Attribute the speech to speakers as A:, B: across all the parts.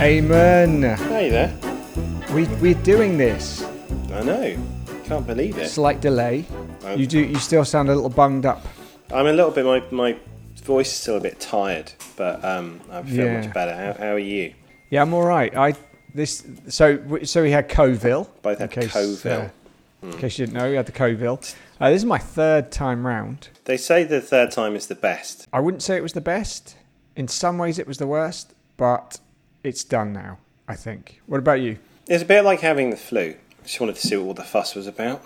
A: Amen.
B: Hey there.
A: We, we're doing this.
B: I know. Can't believe it.
A: Slight delay. You do. You still sound a little bunged up.
B: I'm a little bit. My my voice is still a bit tired, but um, I feel
A: Yeah.
B: much better. How, how are you?
A: Yeah, I'm all right. I this. So so we had Coville.
B: Both had
A: in case,
B: Coville. Hmm.
A: uh, in case you didn't know, we had the Coville. Uh, this is my third time round.
B: They say the third time is the best.
A: I wouldn't say it was the best. In some ways, it was the worst, but it's done now. I think. What about you?
B: It's a bit like having the flu. Just wanted to see what all the fuss was about.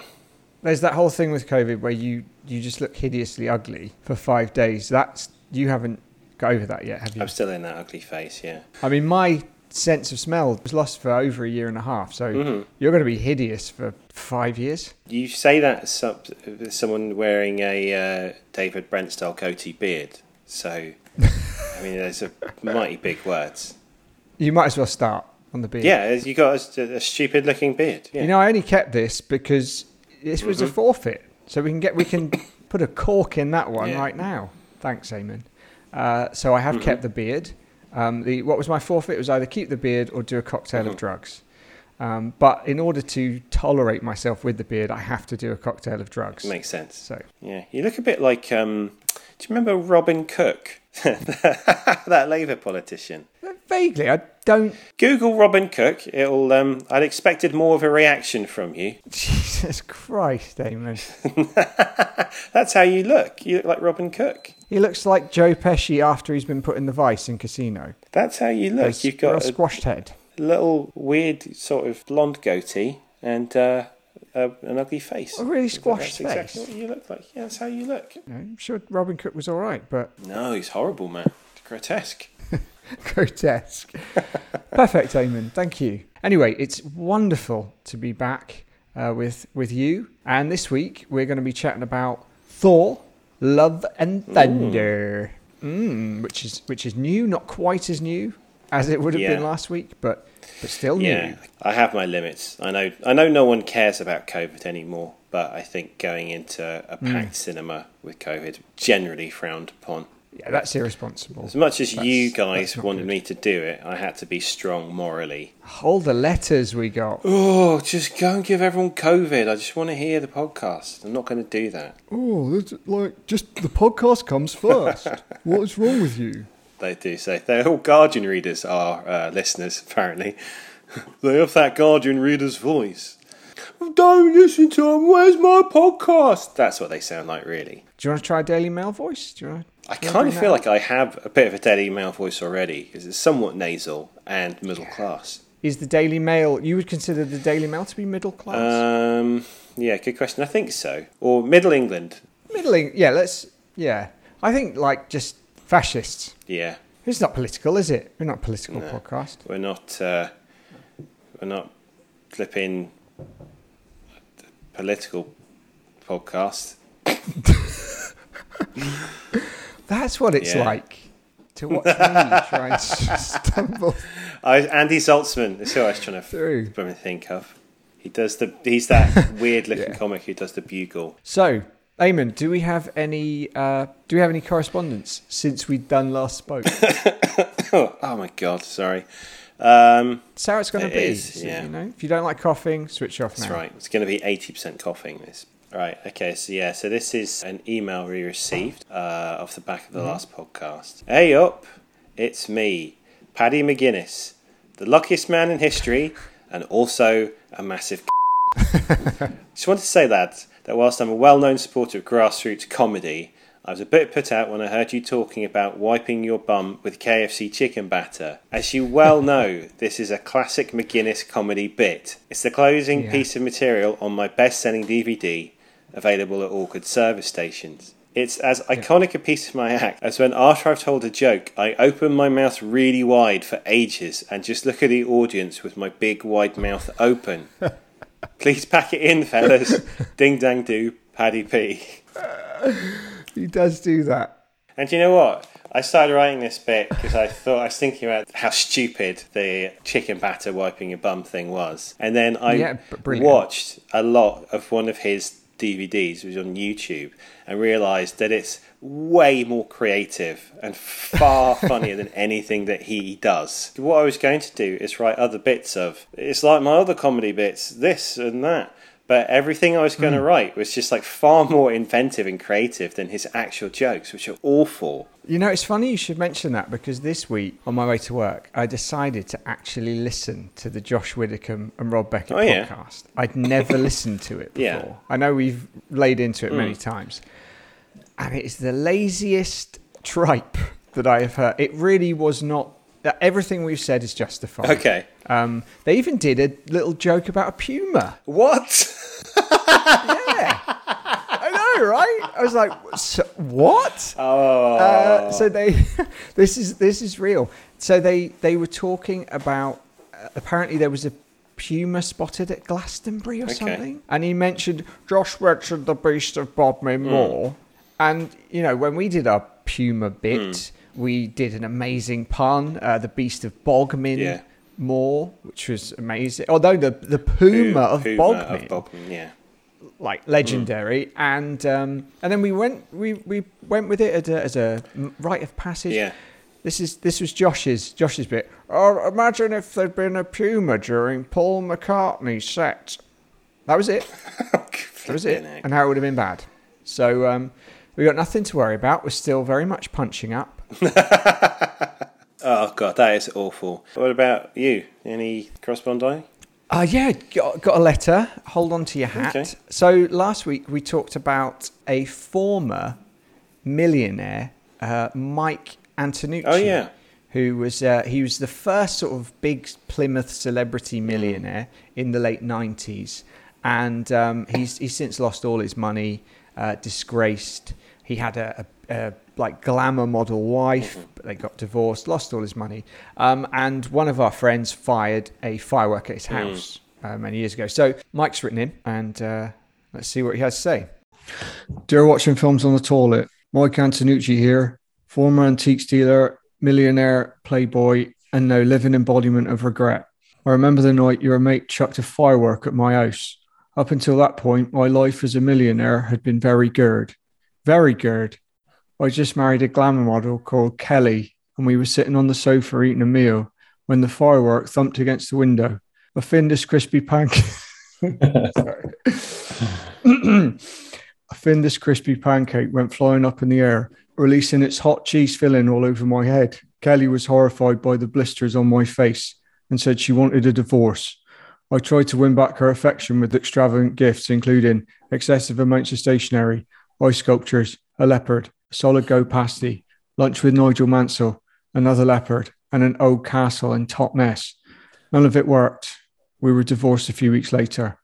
A: There's that whole thing with COVID where you you just look hideously ugly for five days. That's you haven't got over that yet, have you?
B: I'm still in that ugly face. Yeah.
A: I mean, my sense of smell was lost for over a year and a half. So
B: Mm-hmm.
A: you're going to be hideous for five years.
B: You say that some, someone wearing a uh, David Brent style goatee beard. So, I mean, those are mighty big words.
A: You might as well start on the beard.
B: Yeah, you got a, a stupid looking beard. Yeah. Mm-hmm.
A: You know, I only kept this because this was a forfeit. So we can get we can put a cork in that one
B: Yeah. Mm-hmm.
A: right now. Thanks, Eamon. Uh, so I have kept the beard. Um, the what was my forfeit was either keep the beard or do a cocktail
B: Mm-hmm.
A: of drugs. Um, but in order to tolerate myself with the beard, I have to do a cocktail of drugs.
B: Makes sense.
A: So
B: Yeah, you look a bit like. Um, do you remember Robin Cook, that Labour politician?
A: vaguely, I don't
B: Google Robin Cook. It'll. Um, I'd expected more of a reaction from you.
A: Jesus Christ, Damon.
B: That's how you look. You look like Robin Cook.
A: He looks like Joe Pesci after he's been put in the vice in Casino.
B: That's how you look.
A: He's
B: You've
A: real
B: got a
A: squashed head.
B: little weird sort of blonde goatee and uh, a, an ugly face.
A: A really
B: That's
A: squashed
B: exactly
A: face.
B: what you look like. Yeah, that's how you look.
A: You know, I'm sure Robin Cook was all right, but
B: No, he's horrible, man. Grotesque.
A: grotesque. Perfect, Damon. Thank you. Anyway, it's wonderful to be back uh, with with you. And this week we're going to be chatting about Thor: Love and Thunder, mm, which is which is new, not quite as new as it would have been
B: Yeah.
A: last week, but but still
B: Yeah,
A: new.
B: I have my limits. I know. I know no one cares about COVID anymore, but I think going into a packed cinema with COVID generally frowned upon.
A: Yeah, that's irresponsible.
B: As much as you
A: That's- that's
B: guys
A: not
B: wanted
A: good.
B: me to do it, I had to be strong morally.
A: All the letters we got.
B: Oh, just go and give everyone COVID. I just want to hear the podcast. I'm not going to do that.
C: Oh, that's like just the podcast comes first. what is wrong with you?
B: They do say they're all Guardian readers are uh, listeners. Apparently, they have that Guardian reader's voice. Don't listen to him. Where's my podcast? That's what they sound like, really.
A: Do you want to try Daily Mail voice? Do you want to?
B: I kind of feel like I have a bit of a Daily Mail voice already because it's somewhat nasal and middle class.
A: Is the Daily Mail? You would consider the Daily Mail to be middle class,
B: Um, yeah, good question. I think so. Or Middle England.
A: middling. Yeah, let's. Yeah, I think like just fascists.
B: Yeah,
A: It's not political, is it? We're not a political podcast.
B: we're not uh, we're not flipping political podcast.
A: That's what it's
B: Yeah.
A: like to watch me try and s- stumble.
B: I, Andy Saltzman is who I was trying to
A: True.
B: f- to think of. He does the he's that weird looking
A: Yeah.
B: comic who does the bugle.
A: So, Eamon, do we have any? Uh, do we have any correspondence since we done last spoke?
B: Oh, oh my god, sorry. Um,
A: That's how it's going
B: It
A: to be.
B: is,
A: so,
B: yeah.
A: You know, if you don't like coughing, switch off now.
B: That's right. It's going to be eighty percent coughing. This. Right. Okay. So yeah. So this is an email we received uh, off the back of the last podcast. Hey up, it's me, Paddy McGuinness, the luckiest man in history, and also a massive. Just wanted to say that that whilst I'm a well-known supporter of grassroots comedy, I was a bit put out when I heard you talking about wiping your bum with KFC chicken batter. As you well know, this is a classic McGuinness comedy bit. It's the closing
A: Yeah.
B: piece of material on my best-selling DVD, available at all good service stations. It's as iconic a piece of my act as when after I've told a joke, I open my mouth really wide for ages and just look at the audience with my big wide mouth open. Please pack it in, fellas. Ding dang do, Paddy P.
A: He does do that.
B: And do you know what? I started writing this bit because I thought I was thinking about how stupid the chicken batter wiping your bum thing was, and then I
A: Yeah, b- brilliant.
B: watched a lot of one of his DVDs, which was on YouTube, and realised that it's way more creative and far funnier than anything that he does. What I was going to do is write other bits of. It's like my other comedy bits, this and that. But everything I was going
A: Hmm.
B: to write was just like far more inventive and creative than his actual jokes, which are awful.
A: You know, it's funny you should mention that because this week, on my way to work, I decided to actually listen to the Josh Widdicombe and Rob Beckett
B: Oh, yeah.
A: podcast. I'd never listened to it before.
B: Yeah. Mm.
A: I know we've laid into it many times. And it is the laziest tripe that I have heard. It really was not. That everything we've said is justified.
B: Okay.
A: Um, they even did a little joke about a puma.
B: What?
A: I know, right? I was like, "S- what?
B: Oh.
A: Uh, so they, this is this is real. So they they were talking about uh, apparently there was a puma spotted at Glastonbury or something, and he mentioned Josh Richard, the Beast of Bodmin
B: Hmm.
A: Moor, and you know when we did our puma bit,
B: Hmm.
A: we did an amazing pun, uh, the Beast of Bogmin.
B: Yeah.
A: Moor, which was amazing. Although the the puma of
B: Puma
A: Bogmin,
B: Of Bogman, yeah.
A: like legendary and um, and then we went we, we went with it as a, as a m- rite of passage
B: Yeah.
A: this is this was josh's josh's bit oh imagine if there'd been a puma during paul mccartney's set that was it that was it
B: Flipping heck.
A: and how it would have been bad so um, we got nothing to worry about we're still very much punching up
B: Oh god, that is awful. What about you? Any corresponding?
A: Uh, yeah, got, got a letter. Hold on to your hat.
B: Okay.
A: So last week we talked about a former millionaire, uh, Mike Antonucci.
B: Oh, yeah.
A: Who was uh, he was the first sort of big Plymouth celebrity millionaire in the late nineties, and um, he's he's since lost all his money, uh, disgraced. He had a, a, a like glamour model wife,
B: Mm-hmm.
A: but they got divorced, lost all his money, um, and one of our friends fired a firework at his
B: Mm.
A: house uh, many years ago. So Mike's written in, and uh, let's see what he has to say.
D: Dear watching films on the toilet, Mike Antonucci here, former antiques dealer, millionaire, playboy, and now living embodiment of regret. I remember the night your mate chucked a firework at my house. Up until that point, my life as a millionaire had been very good. Very good. I just married a glamour model called Kelly, and we were sitting on the sofa eating a meal when the firework thumped against the window. My fingers crispy pancake. Sorry. A thin, this crispy pancake went flying up in the air, releasing its hot cheese filling all over my head. Kelly was horrified by the blisters on my face and said she wanted a divorce. I tried to win back her affection with extravagant gifts, including excessive amounts of stationery, ice sculptures, a leopard, a solid go pasty, lunch with Nigel Mansell, another leopard, and an old castle in Totnes. None of it worked. We were divorced a few weeks later.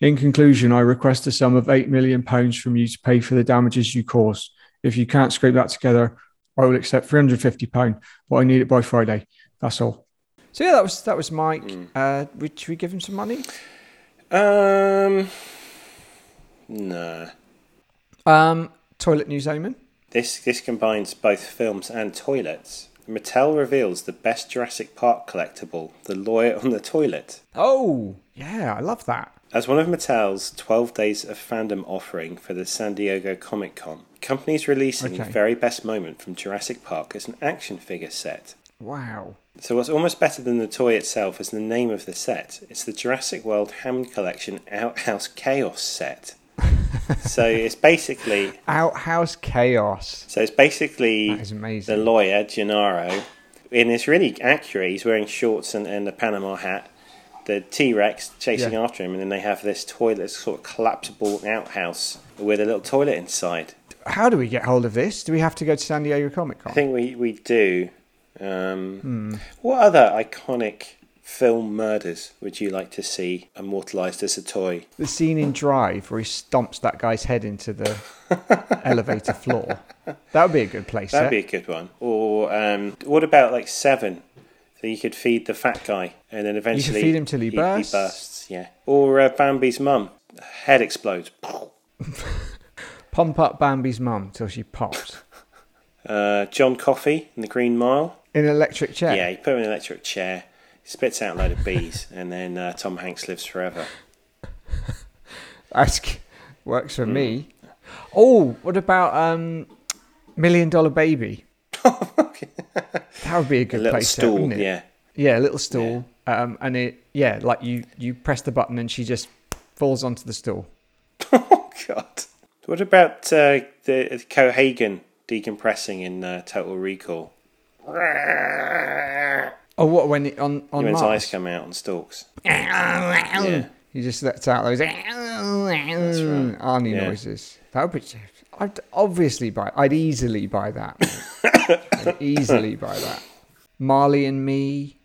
D: In conclusion, I request a sum of £8 million from you to pay for the damages you caused. If you can't scrape that together, I will accept £350, but I need it by Friday. That's all.
A: So yeah, that was that was Mike.
E: Mm.
A: Uh, would, should we give him some money?
B: Um No.
A: Um, toilet news, Omen.
B: This this combines both films and toilets. Mattel reveals the best Jurassic Park collectible, the lawyer on the toilet.
A: Oh, yeah, I love that.
B: As one of Mattel's 12 Days of Fandom offering for the San Diego Comic Con, companies releasing the
A: Okay.
B: very best moment from Jurassic Park as an action figure set.
A: Wow.
B: So what's almost better than the toy itself is the name of the set. It's the Jurassic World Hammond Collection Outhouse Chaos set. so it's basically
A: Outhouse chaos.
B: so it's basically
A: That is amazing.
B: the lawyer Gennaro, and it's really accurate. He's wearing shorts and, and a Panama hat. The T Rex chasing
A: Yeah.
B: after him, and then they have this toilet, this sort of collapsible outhouse with a little toilet inside.
A: How do we get hold of this? Do we have to go to San Diego Comic Con?
D: Hmm.
B: I think we we do. Um, What other iconic
E: film murders would you like to see immortalized as a toy?
D: The scene in Drive where he stomps that guy's head into the elevator floor. That would be a good place.
A: eh?
E: That'd be a good one. Or um, what about like Seven? So you could feed the fat guy, and then eventually
D: feed him till he bursts.
E: Yeah. Or uh, Bambi's mum, head explodes.
D: Pump up Bambi's mum till she pops.
E: Uh, John Coffey in the Green Mile.
D: In an electric chair.
E: Yeah, you put him in an electric chair, spits out a load of bees, and then uh, Tom Hanks lives forever.
D: That's, g- works
E: Hmm.
D: for me. Oh, what about um, Million Dollar Baby? That would be a
E: a
D: good
E: little
D: place. to-
E: stool,
D: wouldn't it?
E: yeah.
D: Yeah, a little stool. Um, and it, yeah, like you, you press the button and she just falls onto the stool.
E: Oh, God. What about uh, the Cohagen decompressing in uh, Total Recall?
D: Oh, what when it, on on
E: When his
D: Mars?
E: eyes come out and stalks.
B: Hmm.
D: Yeah. He just lets out those Arnie
E: Yeah.
D: noises. That would be. I'd obviously buy. I'd easily buy that. I'd easily buy that. Marley and Me.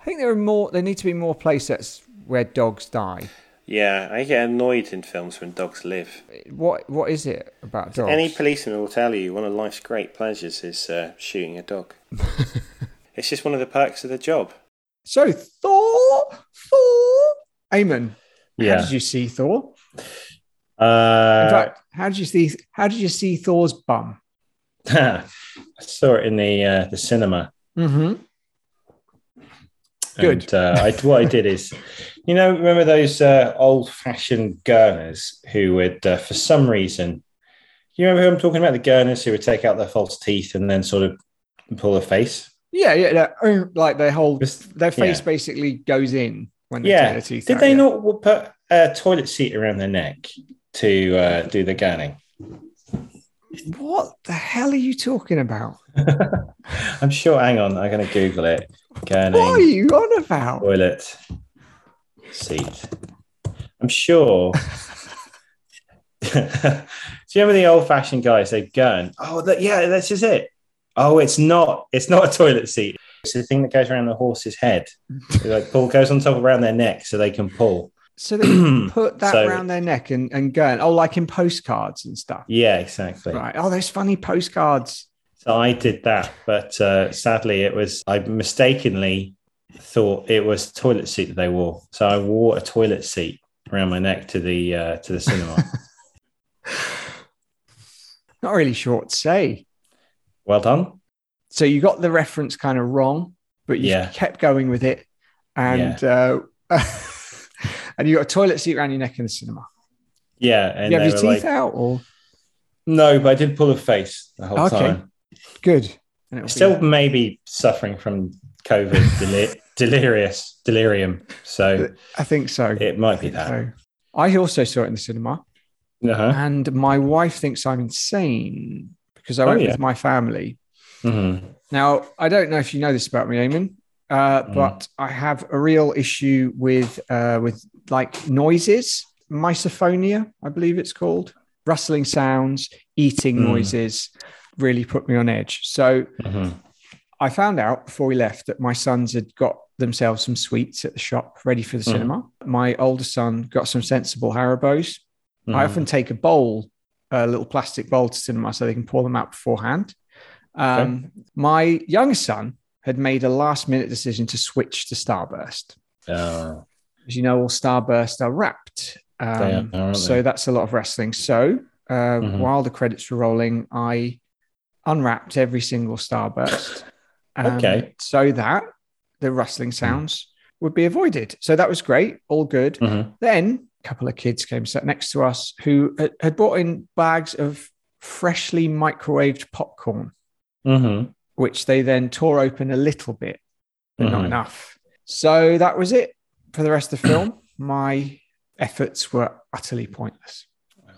D: I think there are more. There need to be more playsets where dogs die.
E: Yeah, I get annoyed in films when dogs live.
D: What What is it about dogs?
E: Any policeman will tell you one of life's great pleasures is uh, shooting a dog. it's just one of the perks of the job.
A: So Thor, Thor, Amen. How
B: Yeah.
A: did you see Thor? In
B: Uh,
A: fact, how did you see? How did you see Thor's bum?
B: I saw it in the uh, the cinema.
A: Mm-hmm.
B: And
A: Good.
B: uh, I, what I did is, you know, remember those uh, old fashioned gurners who would, uh, for some reason, you remember who I'm talking about? The gurners who would take out their false teeth and then sort of pull their face.
A: Yeah, yeah. that- er, Like their whole
B: Just-
A: their face
B: yeah.
A: basically goes in when they
B: Yeah.
A: take their teeth.
B: Did
A: out,
B: they
A: yeah.
B: not w- put a toilet seat around their neck to uh, do the gurning?
A: What the hell are you talking about?
B: I'm sure. Hang on, I'm going to Google it. Gurning.
A: What are you on about?
B: toilet seat. I'm sure. Do you remember the old fashioned guys? They gurn. Oh, that, yeah, this is it. Oh, it's not. It's not a toilet seat. It's the thing that goes around the horse's head. It, like pull goes on top around their neck so they can pull.
A: So they put that
B: So-
A: around their neck and and go. Oh, like in postcards and stuff.
B: yeah, exactly.
A: Right. Oh, those funny postcards.
B: So I did that, but uh, sadly, it was I mistakenly thought it was toilet seat that they wore. So I wore a toilet seat around my neck to the uh, to the cinema.
A: Not really sure what to say.
B: well done.
A: So you got the reference kind of wrong, but you
B: Yeah.
A: kept going with it, and uh, and you got a toilet seat around your neck in the cinema.
B: Yeah, and
A: you have
B: they
A: your
B: were
A: teeth
B: like,
A: out, or
B: no, but I did pull a face the whole
A: Okay.
B: time.
A: good. And it'll be-
B: Still, maybe suffering from COVID delir- delirious delirium, so
A: I think so.
B: it might be that.
A: so I also saw it in the cinema.
B: Uh-huh.
A: and my wife thinks I'm insane because I
B: Oh,
A: went
B: yeah.
A: with my family.
B: Mhm.
A: Now, I don't know if you know this about me, Eamon, uh,
B: Mm.
A: but I have a real issue with uh, with like noises, misophonia, I believe it's called, rustling sounds, eating
B: Mm.
A: noises, really put me on edge. So
B: Mhm.
A: I found out before we left that my sons had got themselves some sweets at the shop ready for the
B: Mhm.
A: cinema. My older son got some sensible Haribos. I
B: Mhm.
A: often take a bowl, a little plastic bowl to cinema so they can pour them out beforehand. Um, My youngest son had made a last minute decision to switch to Starburst.
B: Uh,
A: As you know, all Starburst are wrapped.
B: They
A: Um,
B: are, aren't
A: so
B: they?
A: that's a lot of wrestling. So uh,
B: Mhm.
A: while the credits were rolling, I unwrapped every single Starburst. um,
B: Okay. Hmm.
A: So that the rustling sounds would be avoided. So that was great. All good.
B: mhm.
A: Then a couple of kids came sat next to us who had- had brought in bags of freshly microwaved popcorn,
B: Mhm.
A: which they then tore open a little bit, but not
B: Mhm.
A: enough. So that was it for the rest of the film. My efforts were utterly pointless.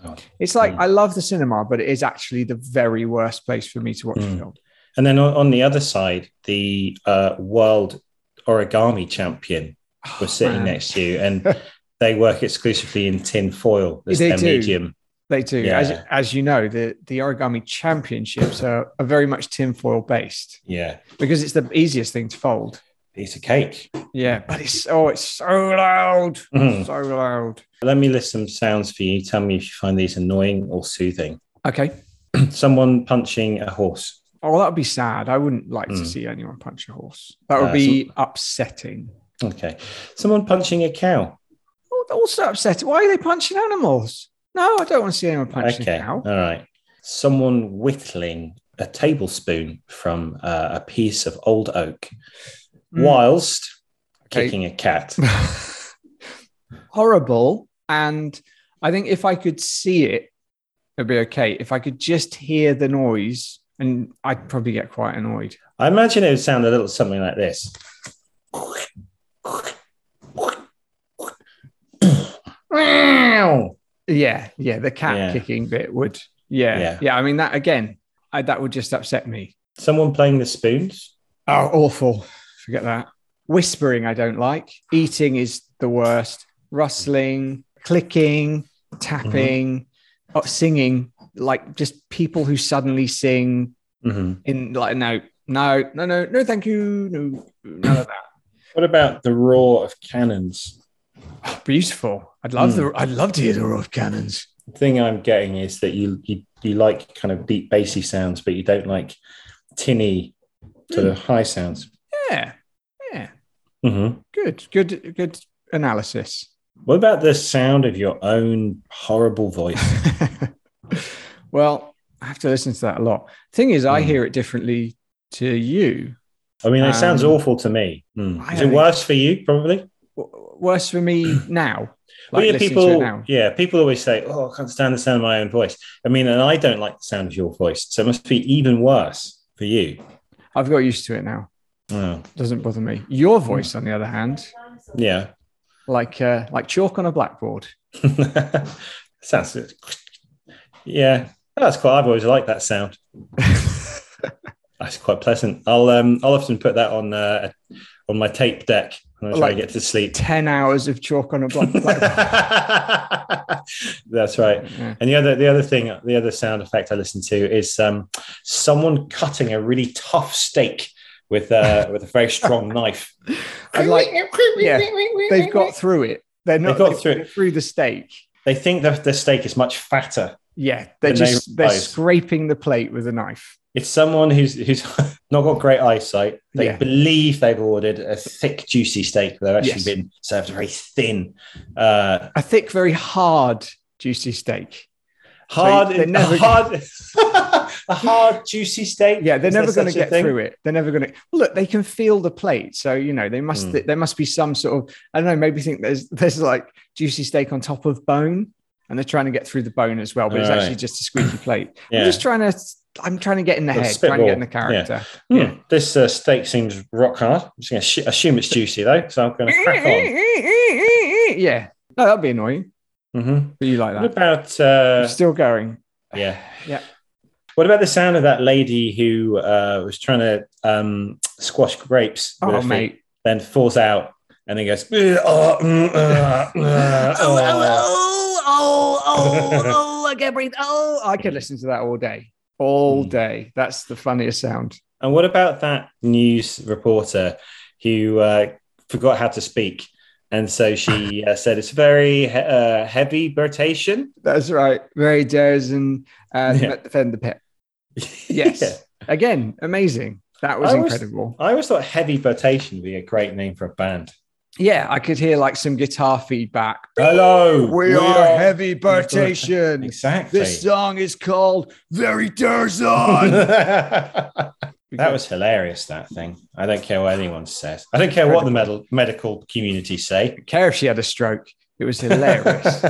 B: Oh.
A: It's like
B: Mm.
A: I love the cinema, but it is actually the very worst place for me to watch
B: Mm.
A: a film.
B: And then on, on the other side, the uh, world origami champion was sitting
A: Oh, man.
B: next to you, and they work exclusively in tin foil. That's
A: They
B: their
A: do.
B: medium.
A: They do, as,
B: Yeah.
A: as you know, the the origami championships are, are very much tinfoil based
B: Yeah,
A: because it's the easiest thing to fold.
B: piece of cake.
D: Yeah, but it's oh, it's so loud,
B: Mhm.
D: so loud.
B: Let me list some sounds for you. Tell me if you find these annoying or soothing.
D: Okay.
B: Someone punching a horse.
D: Oh, that would be sad. I wouldn't like to
B: Mm.
D: see anyone punch a horse. That would
B: Uh,
D: be upsetting.
B: Okay. Someone punching a cow.
D: Oh, Also upsetting. Why are they punching animals? No, I don't want to see anyone punching
B: okay.
D: a cow.
B: All right. Someone whittling a tablespoon from uh, a piece of old oak
D: Mm.
B: whilst
D: Okay.
B: kicking a cat.
D: horrible. And I think if I could see it, it'd be okay. If I could just hear the noise, and I'd probably get quite annoyed.
B: I imagine it would sound a little something like this. Meow.
D: Yeah, yeah, the cat
B: Yeah.
D: kicking bit would. Yeah, yeah,
B: Yeah.
D: I mean that again. I, that would just upset me.
B: Someone playing the spoons.
D: Oh, awful. Forget that. Whispering, I don't like. Eating is the worst. Rustling, clicking,
B: Mm-hmm.
D: tapping, oh, singing. Like just people who suddenly sing
B: hmm
D: in like no, no, no, no, no, thank you, no, none of that.
B: What about the roar of cannons?
D: Oh, beautiful. I'd love the. I'd love to hear the roar of cannons.
B: The thing I'm getting is that you you, you like kind of deep bassy sounds, but you don't like tinny sort
D: Hmm.
B: of high sounds.
D: Yeah, yeah.
B: hmm
D: Good, good, good analysis.
B: What about the sound of your own horrible voice?
D: well, I have to listen to that a lot. Thing is, I
B: Mm.
D: hear it differently to you.
B: I mean, it sounds
D: Um,
B: awful to me. Mm.
D: I
B: Is
D: don't
B: it
D: think-
B: worse for you? Probably.
D: W- worse for me now. Like
B: well, yeah,
D: listening
B: people,
D: to it now.
B: yeah, people always say, "Oh, I can't stand the sound of my own voice." I mean, and I don't like the sound of your voice, so it must be even worse for you.
D: I've got used to it now.
B: Oh,
D: Doesn't bother me. Your voice, on the other hand,
B: yeah,
D: like uh, like chalk on a blackboard.
B: sounds good. Yeah, that's quite. I've always liked that sound. that's quite pleasant. I'll um, I'll often put that on uh, on my tape deck when I try
D: Like-
B: to get to sleep.
D: Ten hours of chalk on a black- blackboard.
B: that's right.
D: Yeah.
B: And the other the other thing, the other sound effect I listen to is um, someone cutting a really tough steak with uh, with a very strong knife.
D: I'd like, yeah, they've got through it. They're not
B: got
D: they've
B: through it.
D: gone through the stake.
B: They think that the steak is much fatter.
D: Yeah, they're
B: And they
D: just they're
B: realise.
D: scraping the plate with a knife.
B: It's someone who's who's not got great eyesight. They
D: Yeah.
B: believe they've ordered a thick, juicy steak. They've actually
D: Yes.
B: been served a very thin, uh,
D: A thick, very hard, juicy steak.
B: hard,
D: they're never-
B: a hard, a hard, juicy steak.
D: Yeah, they're
B: Is there
D: never going to
B: such a
D: get
B: thing?
D: through it. They're never going to look. They can feel the plate, so you know they must.
B: Mm.
D: There must be some sort of I don't know. Maybe think there's there's like juicy steak on top of bone, and they're trying to get through the bone as well. But it's
B: All
D: actually
B: right.
D: just a squeaky plate.
B: Yeah.
D: I'm just trying to. I'm trying to get in the
B: Little
D: head. Trying to get in the
B: spitball. Yeah.
D: character.
B: Yeah, this uh, steak seems rock hard. I'm just going to sh- assume it's juicy though, so I'm going to crack on.
D: Yeah. No, that'd be annoying.
B: hmm
D: But you like
B: What
D: that?
B: about
D: You're
B: uh,
D: still going.
B: yeah,
D: Yeah.
B: What about the sound of that lady who uh, was trying to um, squash grapes? with her
D: Oh,
B: feet,
D: mate.
B: Then falls out and then goes. "Ugh, oh, mm, uh, uh, oh."
D: oh, oh, oh, oh, I can't breathe. Oh, I could listen to that all day. All
B: Mm.
D: day. That's the funniest sound.
B: And what about that news reporter who uh, forgot how to speak? And so she uh, said it's very he- uh, heavy birtation.
D: That's right. Ray Dares and
B: Yeah.
D: defend the pit. Yes. Again, amazing. That was
B: I was-
D: incredible.
B: I always thought heavy rotation would be a great name for a band.
D: Yeah, I could hear like some guitar feedback.
B: Hello,
D: heavy
B: Birtation. Exactly.
D: song is called Very Dares
B: that was hilarious. That thing. I don't care what anyone says. I don't care what the med- medical community say.
D: care if she had a stroke. It was hilarious.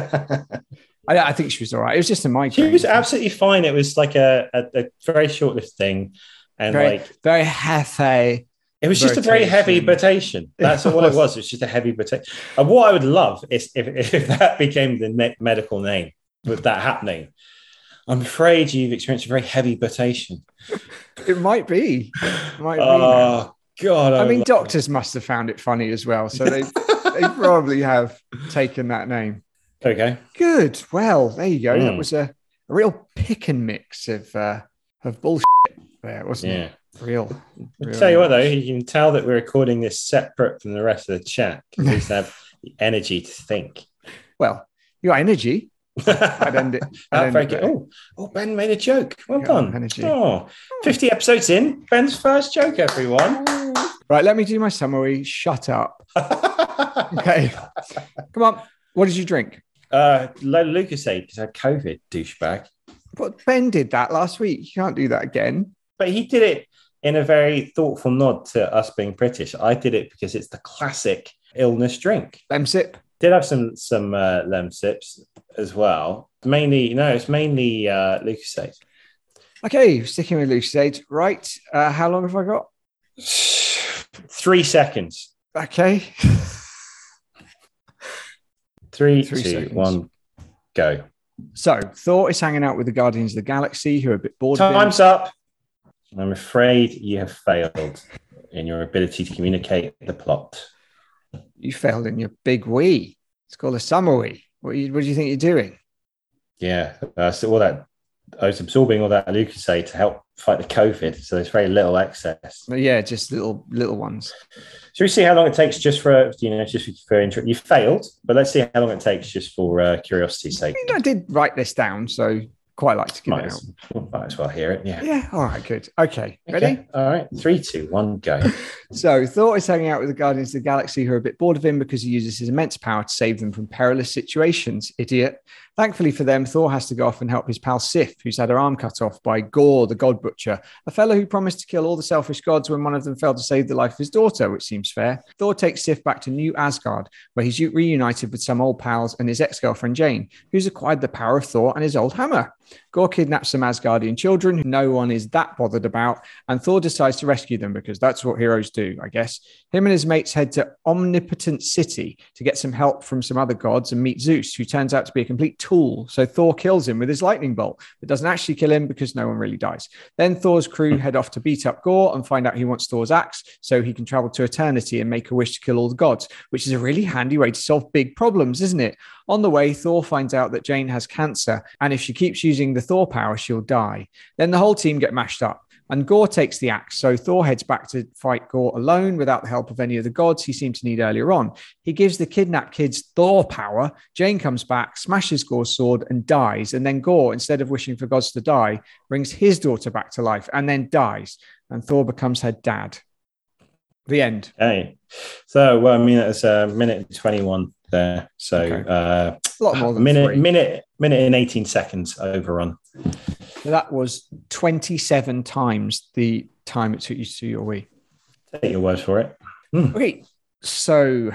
D: I, I think she was all right. It was just a migraine.
B: she was absolutely fine. It was like a, a, a very short-lived thing, and
D: Very-
B: like
D: very heavy.
B: it was just a very heavy rotation. That's all it
D: was.
B: was. It was just a heavy rotation. And what I would love is if, if that became the ne- medical name with that happening. I'm afraid you've experienced a very heavy rotation.
D: It might be. It might be. now.
B: Oh God!
D: I mean,
B: would love-
D: doctors must have found it funny as well, so they they probably have taken that name.
B: Okay.
D: Good. Well, there you go. That
B: Hmm.
D: was a, a real pick and mix of uh, of bullshit there, wasn't it?
B: Yeah.
A: Real.
B: I'll
A: real
B: tell you what, though, you can tell that we're recording this separate from the rest of the chat. 'cause At least I have the energy to think.
A: Well, your energy. I'd end it. I'd
B: Oh,
A: end
B: very
A: it
B: good.
A: there.
B: Oh, oh, Ben made a joke. Well
A: Yeah,
B: done.
A: energy.
B: Oh, 50 episodes in. Ben's first joke, everyone.
A: Right, let me do my summary. Shut up. Okay. Come on. What did you drink?
B: uh, low Lucasade because I had COVID, douchebag.
A: But Ben did that last week. You can't do that again.
B: But he did it in a very thoughtful nod to us being British. I did it because it's the classic illness drink.
A: Lemsip.
B: Did have some some uh, lem sips as well. Mainly, no, it's mainly uh, Lucasade.
A: Okay, sticking with Lucid. Right. Uh, how long have I got?
B: Three seconds.
A: Okay.
B: Three,
A: Three
B: two,
A: seconds.
B: one, go.
A: So Thor is hanging out with the Guardians of the Galaxy, who are a bit bored of him.
B: Time's up. I'm afraid you have failed in your ability to communicate the plot.
A: You failed in your big wee. It's called a summary. What, you, what do you think you're doing?
B: Yeah, uh, so all that I was absorbing all that Lucasade to help fight the COVID, so there's very little excess.
A: Well, Uh, yeah, just little little ones.
B: Should we see how long it takes just for you know just for interest? You failed, but let's see how long it takes just for uh, curiosity's sake.
A: I, mean, I did write this down, so quite like to give
B: Might
A: it out.
B: as, might as well hear it. Yeah.
A: Yeah. All right. Good. Okay. Ready?
B: Okay, All right. Three, two, one, go.
A: So Thor is hanging out with the Guardians of the Galaxy, who are a bit bored of him because he uses his immense power to save them from perilous situations. Idiot. Thankfully for them, Thor has to go off and help his pal Sif, who's had her arm cut off by Gore, the God Butcher, a fellow who promised to kill all the selfish gods when one of them failed to save the life of his daughter, which seems fair. Thor takes Sif back to New Asgard, where he's reunited with some old pals and his ex-girlfriend Jane, who's acquired the power of Thor and his old hammer. Gore kidnaps some Asgardian children who no one is that bothered about, and Thor decides to rescue them because that's what heroes do, I guess. Him and his mates head to Omnipotent City to get some help from some other gods and meet Zeus, who turns out to be a complete tool. So Thor kills him with his lightning bolt, but doesn't actually kill him because no one really dies. Then Thor's crew head off to beat up Gore and find out he wants Thor's axe so he can travel to eternity and make a wish to kill all the gods, which is a really handy way to solve big problems, isn't it? On the way, Thor finds out that Jane has cancer, and if she keeps using the Thor power, she'll die. Then the whole team get mashed up. And Gore takes the axe, so Thor heads back to fight Gore alone without the help of any of the gods he seemed to need earlier on. He gives the kidnapped kids Thor power. Jane comes back, smashes Gore's sword, and dies. And then Gore, instead of wishing for gods to die, brings his daughter back to life and then dies. And Thor becomes her dad. The end.
B: Okay. So, well, I mean, it's a minute and 21 there. So,
A: Okay.
B: uh,
A: A lot more than
B: minute,
A: three.
B: minute, minute and 18 seconds overrun.
A: That was 27 times the time it took you to do your wee.
B: Take your word for it.
A: Okay, so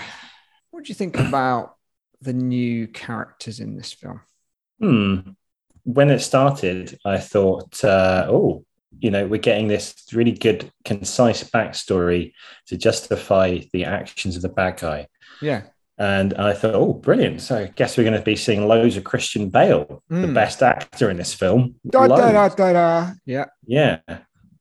A: what do you think about the new characters in this film?
B: Hmm. When it started, I thought, uh, oh, you know, we're getting this really good, concise backstory to justify the actions of the bad guy.
A: Yeah.
B: And I thought, oh, brilliant. So I guess we're going to be seeing loads of Christian Bale, the
A: Mm.
B: best actor in this film.
A: Da, da,
B: Loads.
A: da, da, da. Yeah.
B: Yeah.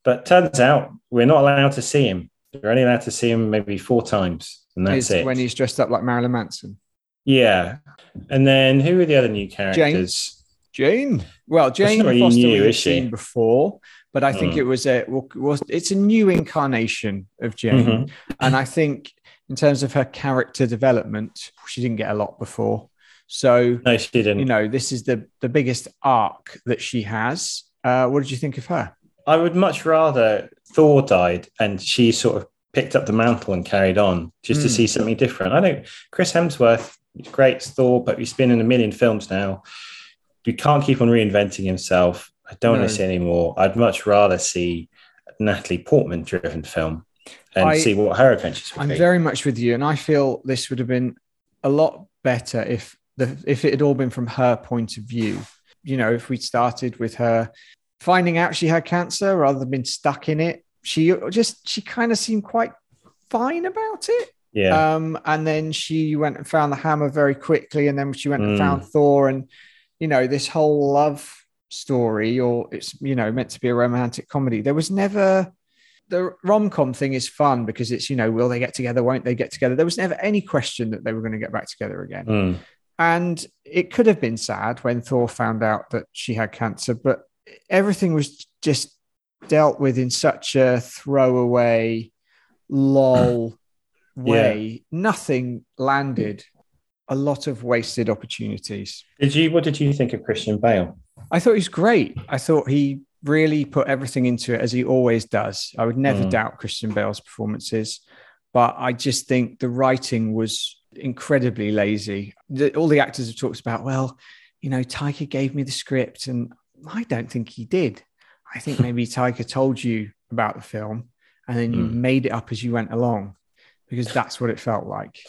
B: But turns out we're not allowed to see him. We're only allowed to see him maybe four times. And that's
A: is
B: it.
A: When he's dressed up like Marilyn Manson.
B: yeah. And then who are the other new characters?
A: Jane. Well, Jane
B: not really
A: Foster
B: new,
A: we've
B: is she?
A: seen before, but I think
B: Mm.
A: it was a was it's a new incarnation of Jane,
B: Mhm.
A: and I think in terms of her character development, she didn't get a lot before. So
B: No, she didn't.
A: you know, this is the the biggest arc that she has. Uh, what did you think of her?
B: I would much rather Thor died and she sort of picked up the mantle and carried on just to
A: Hmm.
B: see something different. I know Chris Hemsworth is great as Thor, but he's been in a million films now. You can't keep on reinventing himself. I don't want
A: No.
B: to see any more. I'd much rather see a Natalie Portman driven film and
A: I-
B: see what her adventures would
A: I'm
B: be.
A: very much with you, and I feel this would have been a lot better if the if it had all been from her point of view. You know, if we'd started with her finding out she had cancer rather than being stuck in it. She just she kind of seemed quite fine about it.
B: yeah.
A: Um, and then she went and found the hammer very quickly, and then she went and
B: Mm.
A: found Thor, and you know this whole love story, or it's you know meant to be a romantic comedy. There was never the rom com thing is fun because it's you know will they get together? Won't they get together? There was never any question that they were going to get back together again.
B: Hmm.
A: And it could have been sad when Thor found out that she had cancer, but everything was just dealt with in such a throwaway, lol way. Nothing landed. A lot of wasted opportunities.
B: Did you? What did you think of Christian Bale?
A: I thought he was great. I thought he really put everything into it as he always does. I would never
B: Mm.
A: doubt Christian Bale's performances, but I just think the writing was incredibly lazy. The, all the actors have talked about, well, you know, Taika gave me the script, and I don't think he did. I think maybe Taika told you about the film, and then you
B: Mm.
A: made it up as you went along, because that's what it felt like.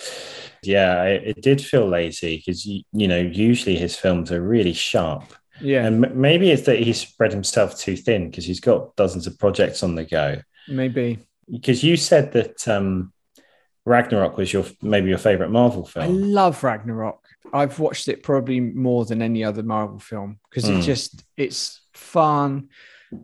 B: Yeah, it, it did feel lazy because you, you know usually his films are really sharp,
A: Yeah,
B: and m- maybe it's that he spread himself too thin because he's got dozens of projects on the go.
A: maybe.
B: Because you said that um, Ragnarok was your maybe your favorite Marvel
A: I
B: film.
A: love Ragnarok. I've watched it probably more than any other Marvel film because
B: Mm.
A: it just it's fun.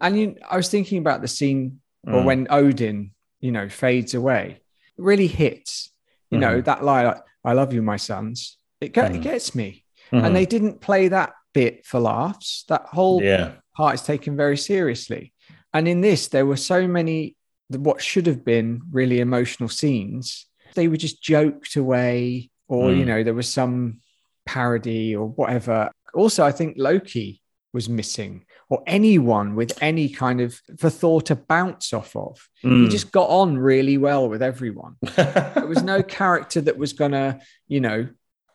A: And you, I was thinking about the scene or
B: Mm.
A: when Odin, you know, fades away. It really hits.
B: Mm-hmm.
A: You
B: Hmm.
A: know that line, like, "I love you, my sons." It, ge- it
B: Mm.
A: gets me.
B: Mhm.
A: And they didn't play that bit for laughs. That whole
B: yeah,
A: part is taken very seriously. And in this, there were so many the- what should have been really emotional scenes. They were just joked away, or you
B: Mm.
A: know, there was some parody or whatever. Also, I think Loki was missing, or anyone with any kind of for Thor to bounce off of. He
B: Mm.
A: just got on really well with everyone. There was no character that was gonna, you know,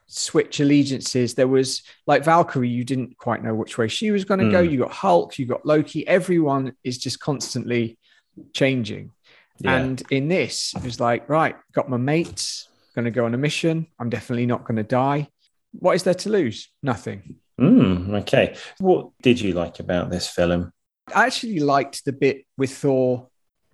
A: switch allegiances. There was like Valkyrie, you didn't quite know which way she was gonna go.
B: Hmm.
A: You got Hulk, you got Loki. Everyone is just constantly changing.
B: Yeah.
A: And in this, it was like, right, got my mates, gonna go on a mission. I'm definitely not gonna die. What is there to lose? Nothing.
B: Mm, okay. What did you like about this film?
A: I actually liked the bit with Thor,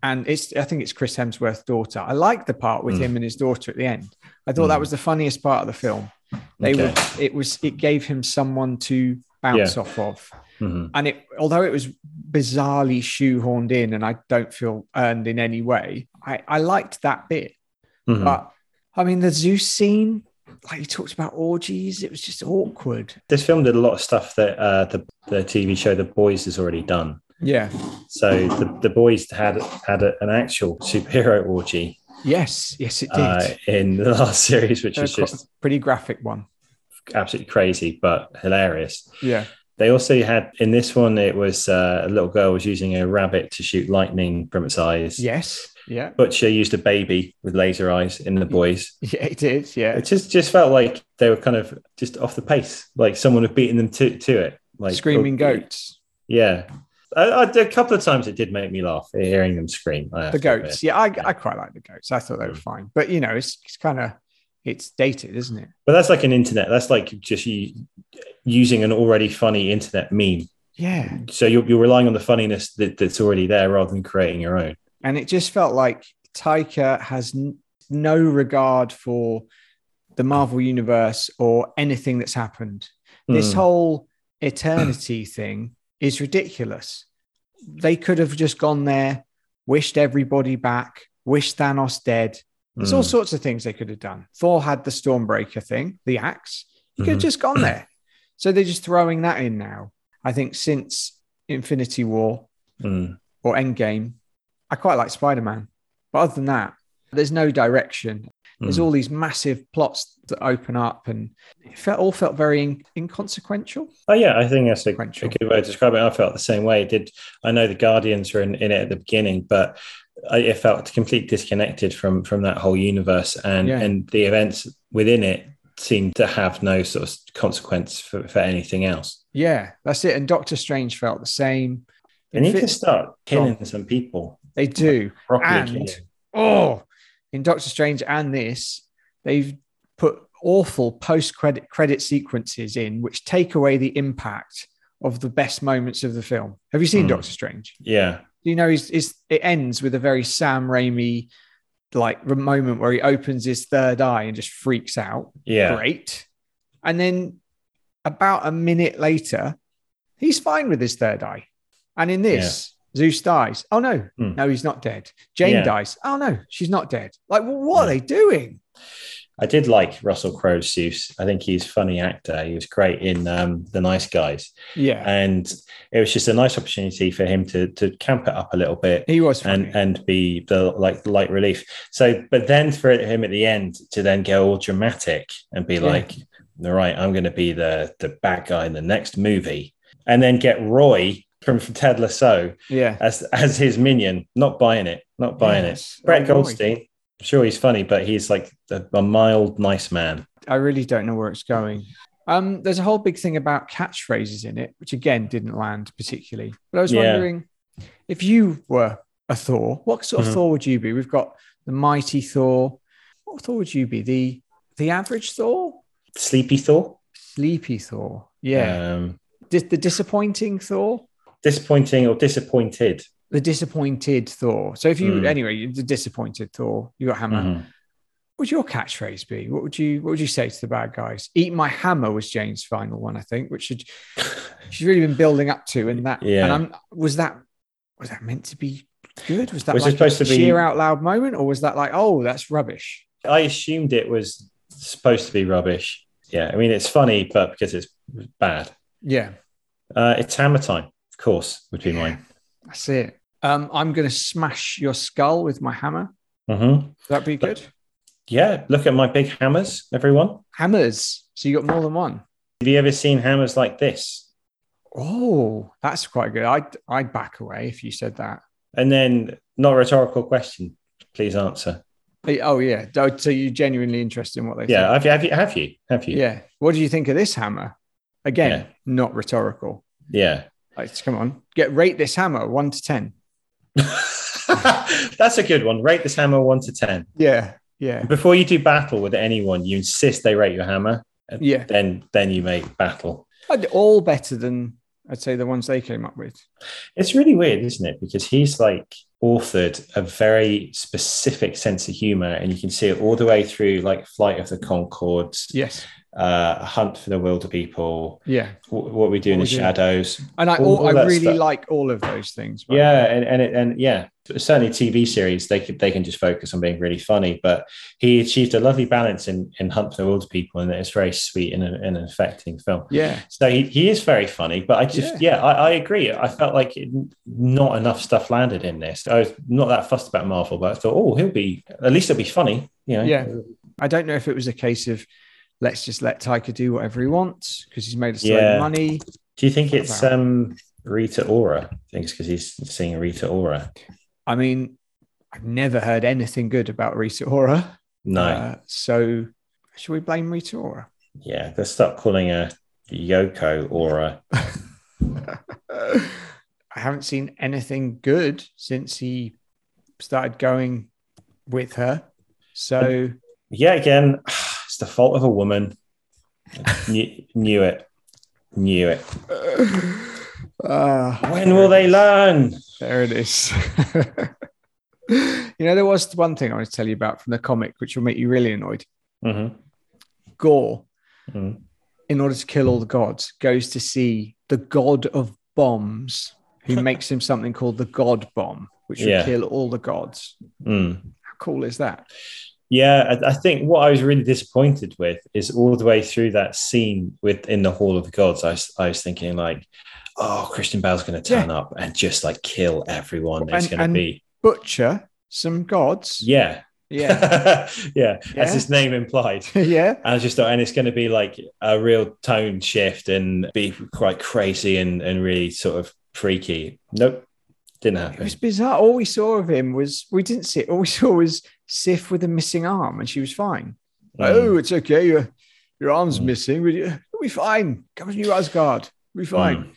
A: and it's I think it's Chris Hemsworth's daughter. I liked the part with
B: Mm.
A: him and his daughter at the end. I thought that
B: Mm.
A: was the funniest part of the film. They
B: Okay.
A: were it was it gave him someone to bounce off of,
B: Mhm.
A: and it although it was bizarrely shoehorned in, and I don't feel earned in any way. I I liked that bit,
B: Mhm.
A: but I mean the Zeus scene, like you talked about orgies, it was just awkward.
B: this film did a lot of stuff that uh, the the TV show The Boys has already done.
A: Yeah.
B: So the, the Boys had had a, an actual superhero orgy
A: Yes. Yes, it did.
B: uh, in the last series, which
A: Uh,
B: was
A: qu-
B: just
A: pretty graphic one.
B: absolutely crazy but hilarious.
A: Yeah.
B: They also had in this one it was uh, a little girl was using a rabbit to shoot lightning from its eyes.
A: Yes. Yeah.
B: Butcher used a baby with laser eyes in The Boys.
A: Yeah, it is. Yeah.
B: It just just felt like they were kind of just off the pace, like someone had beaten them to, to it. Like
A: Screaming
B: or-
A: goats.
B: Yeah, I, I, a couple of times it did make me laugh hearing them scream. I have
A: The
B: to admit.
A: goats. Yeah, I, I quite like the goats. I thought they were
B: Hmm.
A: fine. But, you know, it's, it's kind of, it's dated, isn't it?
B: but that's like an internet. That's like just you using an already funny internet meme.
A: Yeah.
B: So you're, you're relying on the funniness that, that's already there rather than creating your own.
A: And it just felt like Taika has n- no regard for the Marvel universe or anything that's happened. This
B: Mm.
A: whole eternity thing is ridiculous. They could have just gone there, wished everybody back, wished Thanos dead, There's all
B: Mm.
A: sorts of things they could have done. Thor had the Stormbreaker thing, the axe. He could have
B: Mhm.
A: just gone there. So they're just throwing that in now. I think since Infinity War
B: Mm.
A: or Endgame, I quite like Spider Man. But other than that, there's no direction. There's
B: Mm.
A: all these massive plots that open up, and it felt, all felt very in- inconsequential.
B: Oh yeah, I think that's a, a
A: Sequential.
B: good way of describing it. I felt the same way. It did I know the Guardians were in, in it at the beginning, but I, it felt completely disconnected from from that whole universe, and
A: Yeah.
B: and the events within it seemed to have no sort of consequence for, for anything else.
A: Yeah, that's it. And Doctor Strange felt the same.
B: And you
A: Infi-
B: can start killing some people.
A: they do.
B: Properly
A: And-
B: killing.
A: oh, in Doctor Strange and this, they've put awful post credit credit sequences in, which take away the impact of the best moments of the film. Have you seen
B: Hmm.
A: Doctor Strange?
B: Yeah.
A: You know, he's, he's, it ends with a very Sam Raimi like re- moment where he opens his third eye and just freaks out.
B: Yeah.
A: Great. And then about a minute later, he's fine with his third eye. And in this, Zeus dies. Oh no,
B: Hmm.
A: no, he's not dead. Jane
B: Yeah.
A: dies. Oh no, she's not dead. Like, wh- what are
B: Yeah.
A: they doing?
B: I did like Russell Crowe's Seuss. I think he's a funny actor. He was great in um, The Nice Guys.
A: Yeah,
B: And it was just a nice opportunity for him to to camp it up a little bit
A: he was funny.
B: and uh, and be the like light relief. So, but then for him at the end to then go all dramatic and be like, "All right, I'm going to be the the bad guy in the next movie," and then get Roy from, from Ted Lasso
A: yeah,
B: as as his minion. Not buying it. Not buying
A: Yes.
B: it. Brett
A: Oh, Roy.
B: Goldstein. I'm sure he's funny, but he's like a, a mild, nice man.
A: I really don't know where it's going. Um, there's a whole big thing about catchphrases in it, which again didn't land particularly. But I was
B: Yeah.
A: wondering if you were a Thor, what sort of
B: Mhm.
A: Thor would you be? We've got the mighty Thor. What Thor would you be? The the average Thor,
B: Sleepy Thor.
A: sleepy Thor, yeah.
B: Um,
A: Dis- the disappointing Thor,
B: disappointing or disappointed.
A: the disappointed Thor. So if you
B: Mm.
A: anyway, you're the disappointed Thor, you got hammer.
B: Mhm.
A: What would your catchphrase be? What would you What would you say to the bad guys? Eat my hammer was Jane's final one, I think, which should she's really been building up to. And that,
B: Yeah.
A: and I'm, was that was that meant to be good? Was that
B: Was it
A: like
B: supposed
A: a
B: to be-
A: cheer out loud moment, or was that like, oh, that's rubbish?
B: I assumed it was supposed to be rubbish. Yeah, I mean it's funny, but because it's bad.
A: Yeah,
B: Uh, it's hammer time, of course, would be mine.
A: that's it. Um, I'm going to smash your skull with my hammer.
B: hmm
A: Would that be good?
B: Yeah, look at my big hammers, everyone.
A: Hammers. So you got more than one.
B: Have you ever seen hammers like this?
A: Oh, that's quite good. I'd I'd back away if you said that.
B: And then, not a rhetorical question. Please answer.
A: Oh yeah. So you're genuinely interested in what they think.
B: Yeah, have you? Have you? Have you? Have you?
A: Yeah. What do you think of this hammer? Again,
B: Yeah.
A: not rhetorical.
B: Yeah.
A: Like, come on, get rate this hammer one to ten.
B: That's a good one. Rate this hammer one to ten.
A: Yeah, yeah,
B: Before you do battle with anyone, you insist they rate your hammer.
A: yeah.
B: Then, then you make battle.
A: And all better than I'd say the ones they came up with.
B: It's really weird, isn't it? Because he's like authored a very specific sense of humor, and you can see it all the way through like Flight of the Concords,
A: Yes,
B: uh, Hunt for the Wilder People,
A: yeah.
B: Wh- What We Do in
A: What
B: the
A: We Do.
B: Shadows.
A: And I, all,
B: All- all
A: I
B: that
A: really
B: stuff.
A: like all of those things. by the
B: Yeah,
A: way.
B: and and it, and yeah, certainly TV series they could, they can just focus on being really funny, but he achieved a lovely balance in in Hunt for the Wilder People, and it's very sweet and, a- and an affecting film.
A: yeah.
B: So he, he is very funny, but I just, yeah, I, I agree. I felt like it, not enough stuff landed in this. I was not that fussed about Marvel, but I thought, oh, he'll be, at least he'll be funny. You know?
A: Yeah. I don't know if it was a case of let's just let Taika do whatever he wants because he's made us a load
B: Yeah.
A: of money.
B: Do you think it's
A: Wow.
B: um, Rita Ora? I think it's because he's seeing Rita Ora.
A: I mean, I've never heard anything good about Rita Ora.
B: No.
A: Uh, so should we blame Rita Ora?
B: yeah. Let's stop calling her Yoko Ora.
A: I haven't seen anything good since he started going with her. So
B: Yeah. Again, it's the fault of a woman. knew, knew it. Knew it.
A: uh,
B: When will they learn?
A: There it is. you know, there was one thing I wanted to tell you about from the comic, which will make you really annoyed.
B: hmm
A: Gore,
B: Mhm.
A: in order to kill all the gods, goes to see the god of bombs, who makes him something called the God Bomb, which will
B: Yeah.
A: kill all the gods.
B: Mm.
A: How cool is that?
B: Yeah, I, I think what I was really disappointed with is all the way through that scene with in the Hall of the Gods. I, was- I was thinking like, oh, Christian Bale's going to turn up and just like kill everyone. It's
A: And-
B: going to
A: and-
B: be
A: Butcher some gods.
B: yeah,
A: Yeah.
B: yeah, yeah,
A: Yeah.
B: as his name implied.
A: yeah.
B: I just thought, and it's going to be like a real tone shift and be quite crazy and and really sort of freaky. Nope, didn't
A: It
B: happen.
A: was bizarre. All we saw of him was we didn't see it. All we saw was Sif with a missing arm, and she was fine. Like,
B: Mm.
A: oh, it's okay. Your your arm's
B: Mm.
A: missing. We will be fine. Come to New Asgard. We'll
B: Hmm.
A: be fine.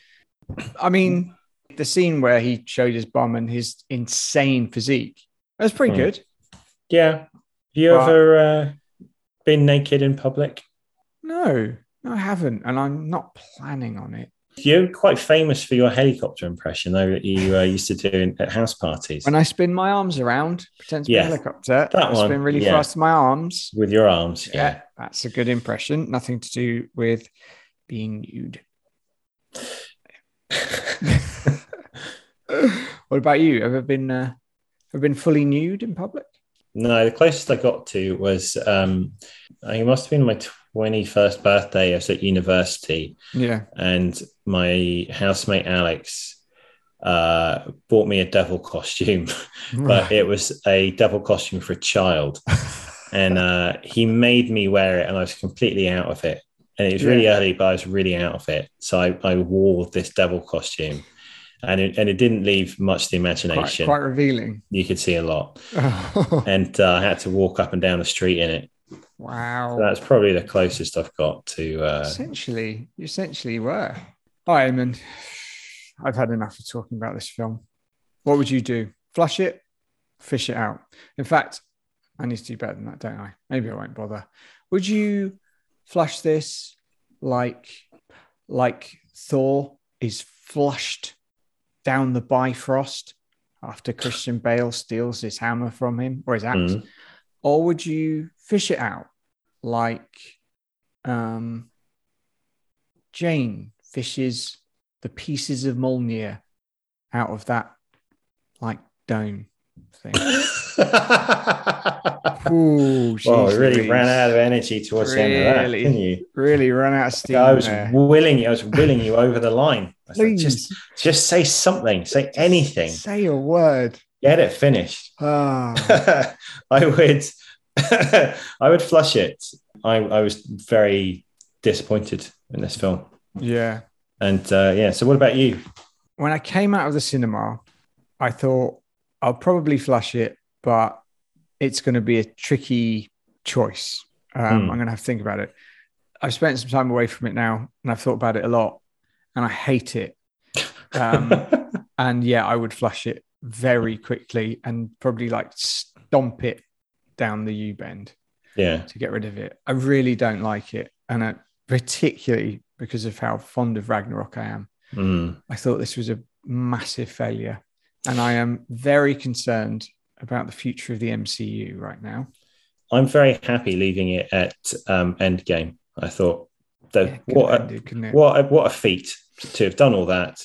A: I mean, the scene where he showed his bum and his insane physique. That was pretty
B: Mm.
A: good.
B: Yeah, have you
A: Well-
B: ever uh, been naked in public?
A: No, no, I haven't, and I'm not planning on it.
B: You're quite famous for your helicopter impression, though, that you uh, used to do in, at house parties
A: When I spin my arms around, pretend to be
B: Yeah.
A: a helicopter,
B: That
A: I spin
B: one,
A: really
B: yeah.
A: fast in my arms.
B: with your arms.
A: Yeah, that's a good impression. Nothing to do with being nude. what about you? Ever been uh, ever been fully nude in public?
B: No, the closest I got to was um, it must have been my 21st birthday. I was at university,
A: Yeah.
B: and my housemate Alex uh, bought me a devil costume, but it was a devil costume for a child. and uh, he made me wear it, and I was completely out of it. And it was really early, but I was really out of it. So I, I wore this devil costume, and it, and it didn't leave much to the
A: Quite,
B: imagination.
A: quite revealing.
B: You could see a lot and uh, I had to walk up and down the street in it.
A: wow.
B: That's probably the closest I've got to. Uh,
A: Essentially, you essentially were. Hi, Eamon. I've had enough of talking about this film. What would you do? Flush it? Fish it out? In fact, I need to do better than that, don't I? Maybe I won't bother. Would you flush this like like Thor is flushed down the Bifrost after Christian Bale steals his hammer from him or his axe?
B: Mhm.
A: Or would you fish it out like um, Jane fishes the pieces of Molnir out of that like dome thing?
B: hmm.
A: Ooh,
B: well, I
A: jeez
B: really
A: Louise.
B: ran out of energy towards the end of that,
A: Really?
B: didn't you?
A: Really run out of steam.
B: I was
A: there.
B: willing you. I was willing you over the line. I said,
A: Please
B: just, just say something. Say anything.
A: say a word.
B: Get it finished.
A: Ah,
B: I would. I would flush it. I, I was very disappointed in this film.
A: yeah.
B: And uh, yeah, so what about you?
A: When I came out of the cinema, I thought I'll probably flush it, but it's going to be a tricky choice. Um,
B: Hmm.
A: I'm going to have to think about it. I've spent some time away from it now, and I've thought about it a lot, and I hate it. Um, and yeah, I would flush it very quickly and probably like stomp it down the U bend
B: yeah.
A: to get rid of it. I really don't like it, and I, particularly because of how fond of Ragnarok I am.
B: Mm.
A: I thought this was a massive failure, and I am very concerned about the future of the MCU right now.
B: I'm very happy leaving it at um, Endgame. I thought that
A: Yeah, could've
B: what a,
A: ended, couldn't it?
B: what a, what a feat to have done all that.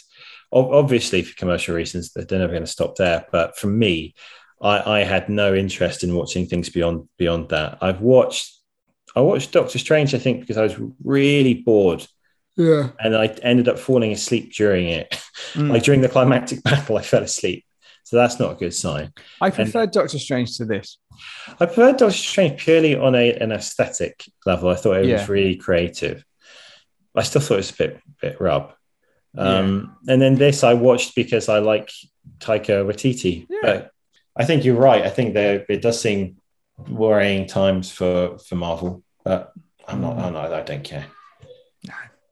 B: Ob- Obviously, for commercial reasons, they're never going to stop there. But for me, I, I had no interest in watching things beyond beyond that. I've watched I watched Doctor Strange, I think, because I was really bored
A: yeah,
B: and I ended up falling asleep during it.
A: Mm.
B: like during the climactic battle, I fell asleep. So that's not a good sign.
A: I preferred Doctor Strange to this.
B: I preferred Doctor Strange purely on a, an aesthetic level. I thought it
A: Yeah.
B: was really creative. I still thought it was a bit bit rub. Um, And then this I watched because I like Taika Waititi.
A: Yeah.
B: But I think you're right. I think there it does seem worrying times for for Marvel, but I'm not. I'm not I don't care.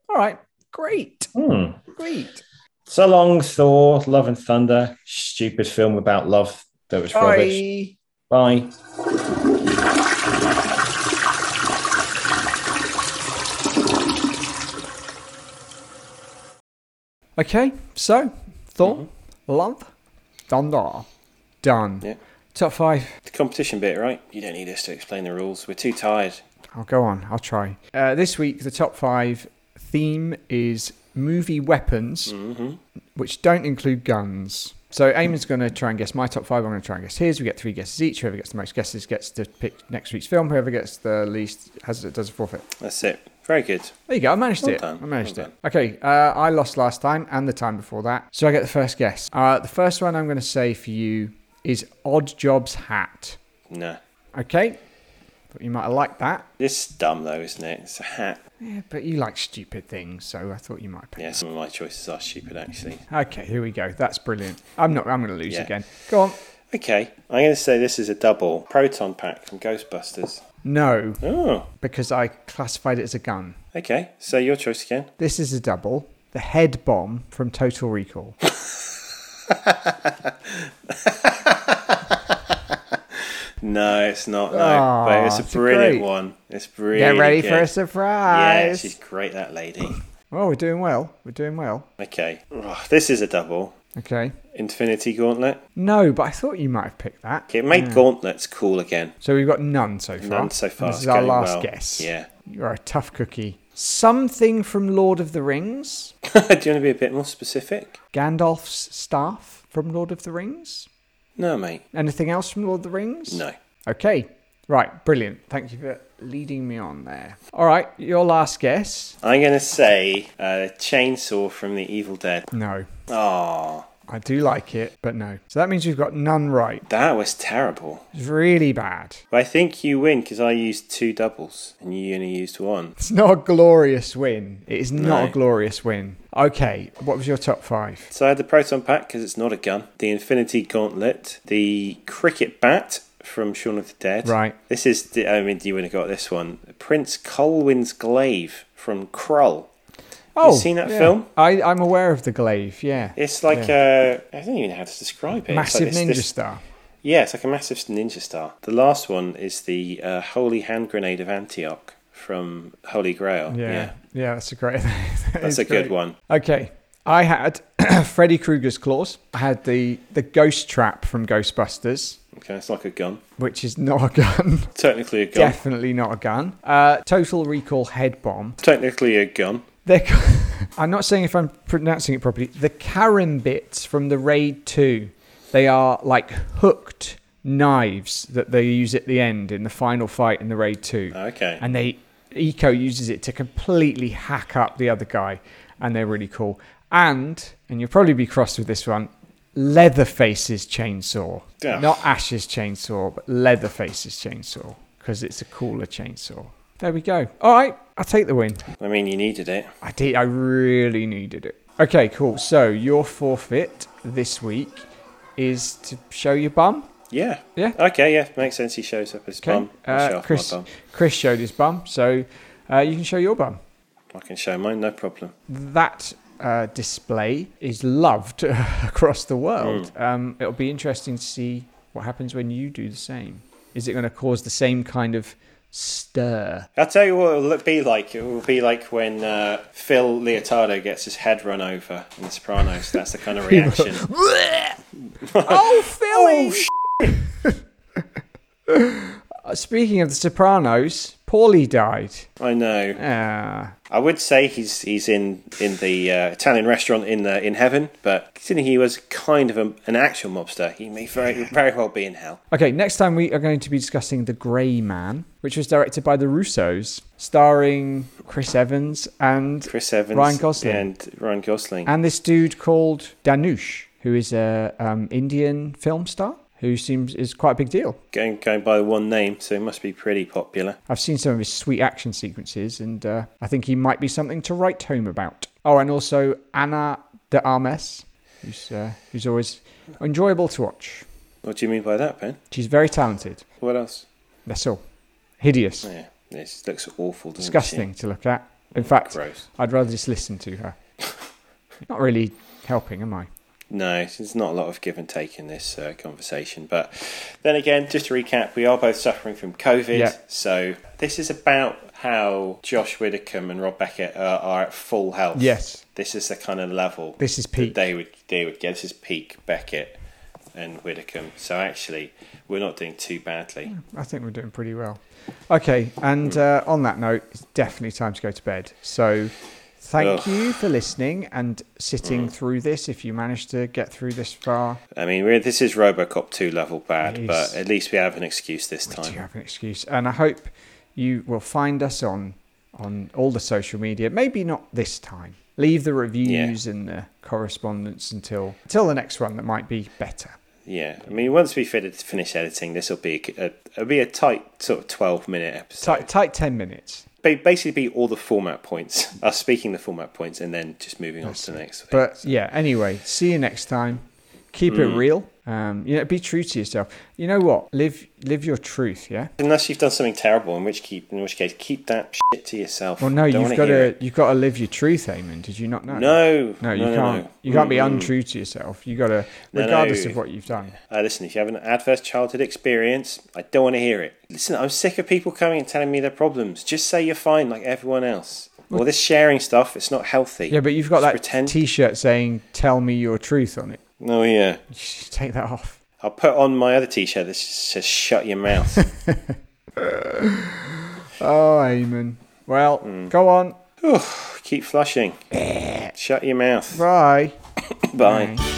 A: All right, great,
B: Hmm.
A: great.
B: So long, Thor, Love and Thunder, stupid film about love that was rubbish.
A: Bye.
B: Bye.
A: Okay, so Thor,
F: Mm-hmm.
A: Love, Thunder, done.
F: Yeah.
A: Top five.
F: The competition bit, right? You don't need us to explain the rules. We're too tired.
A: I'll go on. I'll try. Uh, this week, the top five theme is movie weapons,
F: Mm-hmm.
A: which don't include guns. So Eamon's going to try and guess my top five. I'm going to try and guess his. We get three guesses each. Whoever gets the most guesses gets to pick next week's film. Whoever gets the least has does a forfeit.
F: That's it. Very good.
A: There you go. I managed
F: Well
A: it.
F: done.
A: I managed
F: Well
A: it. Okay. Uh, I lost last time and the time before that. So I get the first guess. Uh, the first one I'm going to say for you is Odd Job's hat.
F: Nah.
A: Okay. But you might have liked that.
F: This is dumb, though, isn't it? It's a hat.
A: Yeah, but you like stupid things. So I thought you might pick.
F: Yeah, some of my choices are stupid, actually.
A: Okay. Here we go. That's brilliant. I'm not, I'm going to lose
F: Yeah.
A: again. Go on.
F: Okay, I'm going to say this is a double proton pack from Ghostbusters.
A: No,
F: Oh,
A: because I classified it as a gun.
F: okay. So your choice again.
A: This is a double. The head bomb from Total Recall.
F: No, it's not. No,
A: Aw,
F: but it's a
A: it's a
F: brilliant
A: great-
F: one. It's brilliant.
A: Get ready for a surprise.
F: Yeah, she's great, that lady.
A: Well, we're doing well. We're doing well.
F: Okay, Ugh, this is a double.
A: Okay.
F: Infinity Gauntlet.
A: No, but I thought you might have picked that.
F: Okay, it made Gauntlets cool again.
A: So we've got none so far.
F: None so far.
A: This is
F: It's
A: our
F: going
A: last
F: well.
A: guess.
F: Yeah.
A: You're a tough cookie. Something from Lord of the Rings.
F: Do you want to be a bit more specific?
A: Gandalf's staff from Lord of the Rings.
F: No, mate.
A: Anything else from Lord of the Rings?
F: No.
D: Okay. Right. Brilliant. Thank you for leading me on there. All right. Your last guess.
B: I'm going to say uh, chainsaw from The Evil Dead.
D: No.
B: Oh,
D: I do like it, but no. So that means we've got none right.
B: that was terrible.
D: It's really bad.
B: But I think you win because I used two doubles and you only used one.
D: It's not a glorious win. It is not a
B: No.
D: glorious win. Okay. What was your top five?
B: So I had the proton pack because it's not a gun, the infinity gauntlet, the cricket bat from Shaun of the Dead.
D: Right.
B: This is the. I mean, you wouldn't have got this one. Prince Colwyn's glaive from Krull.
D: Oh,
B: seen that
D: yeah.
B: film?
D: I, I'm aware of the glaive. Yeah.
B: It's like a. I don't even know how to describe it.
D: Massive
B: it's like
D: ninja
B: this- this-
D: star.
B: Yeah, it's like a massive ninja star. The last one is the uh, Holy Hand Grenade of Antioch from Holy Grail.
D: Yeah. yeah. That's a great.
B: That's a good one.
D: Okay. I had Freddy Krueger's claws. I had the the ghost trap from Ghostbusters,
B: Okay, it's like a gun.
D: which is not a gun.
B: Technically a gun.
D: Definitely not a gun. Uh, Total Recall head bomb.
B: Technically a gun.
D: They're ca- I'm not saying if I'm pronouncing it properly. The Karen bits from the Raid 2. They are like hooked knives that they use at the end in the final fight in the Raid 2.
B: Okay.
D: And they Eco uses it to completely hack up the other guy, and they're really cool. And and you'll probably be crossed with this one, Leatherface's chainsaw,
B: Yeah.
D: not Ash's chainsaw, but Leatherface's chainsaw because it's a cooler chainsaw. There we go. All right, I'll take the win.
B: I mean, you needed it.
D: I did. I really needed it. Okay, cool. So your forfeit this week is to show your bum.
B: Yeah.
D: Yeah.
B: Okay, yeah. Makes sense. He shows up as
D: Okay,
B: bum. I'll show
D: uh,
B: off my
D: Chris.
B: bum.
D: Chris showed his bum, so uh, you can show your bum.
B: I can show mine, no problem.
D: that uh, display is loved across the world. Um, it'll be interesting to see what happens when you do the same. Is it going to cause the same kind of stir?
B: I'll tell you what it'll look- be like. It will be like when uh, Phil Leotardo gets his head run over in The Sopranos. That's the kind of reaction.
D: oh, Philly! Uh, Speaking of The Sopranos, Paulie died.
B: I know.
D: Ah,
B: I would say he's he's in in the uh, Italian restaurant in the, in heaven, but considering he was kind of a, an actual mobster, he may very very well be in hell.
D: Okay, next time we are going to be discussing The Grey Man, which was directed by the Russos, starring Chris Evans and
B: Chris Evans,
D: Ryan Gosling.
B: and Ryan Gosling.
D: And this dude called Danush, who is a um, Indian film star, who seems is quite a big deal.
B: going going by one name, so he must be pretty popular.
D: I've seen some of his sweet action sequences, and uh, I think he might be something to write home about. Oh, and also Anna de Armes, who's uh, who's always enjoyable to watch.
B: What do you mean by that, Ben?
D: She's very talented.
B: What else?
D: That's all. Hideous,
B: Yeah, this looks awful. Doesn't
D: disgusting to look at. In fact,
B: Gross.
D: I'd rather just listen to her. Not really helping, am I?
B: It? No, there's not a lot of give and take in this uh, conversation. But then again, just to recap, we are both suffering from COVID.
D: Yeah.
B: So this is about how Josh Widdicombe and Rob Beckett uh, are at full health.
D: Yes.
B: This is the kind of level.
D: This is
B: that
D: peak.
B: They would they would get this is peak Beckett and Widdicombe. So actually, we're not doing too badly.
D: I think we're doing pretty well. Okay,
B: Hmm.
D: and uh, on that note, it's definitely time to go to bed. So thank
B: Ugh. Mm.
D: you for listening and sitting through this if you managed to get through this far.
B: I mean, we're, this is RoboCop 2 level bad,
D: Yes.
B: but at least we have an excuse this
D: Do you
B: time.
D: have an excuse? And I hope you will find us on on all the social media. Maybe not this time. Leave the reviews and the correspondence until until the next one that might be better.
B: Yeah, I mean, once we fin- finish editing, this will be a, it'll be a tight sort of 12 minute episode.
D: Tight, tight ten minutes.
B: Ba- basically, be all the format points, us speaking the format points, and then just moving on to the next thing.
D: But yeah, anyway, see you next time. Keep
B: Mm.
D: it real. Um, you know, be true to yourself. You know what? Live live your truth, yeah?
B: Unless you've done something terrible, in which keep in which case keep that shit to yourself.
D: Well no,
B: Don't
D: you've
B: wanna
D: got
B: hear
D: to
B: it.
D: you've got to live your truth, Eamon. Did you not know?
B: No,
D: No, you
B: no, no,
D: can't.
B: no.
D: You can't be
B: Mm-mm.
D: untrue to yourself. You got to,
B: No,
D: regardless
B: no.
D: of what you've done.
B: Uh, listen, if you have an adverse childhood experience, I don't want to hear it. Listen, I'm sick of people coming and telling me their problems. Just say you're fine, like everyone else. All this sharing stuff, it's not healthy.
D: Yeah, but you've got
B: Just
D: that
B: pretend.
D: T-shirt saying "Tell me your truth" on it.
B: oh yeah,
D: You should take that off.
B: I'll put on my other T-shirt that says "Shut your mouth."
D: Oh, Eamon. Well,
B: Mm.
D: go on.
B: Keep flushing. Shut your mouth.
D: Bye.
B: Bye.
D: Bye.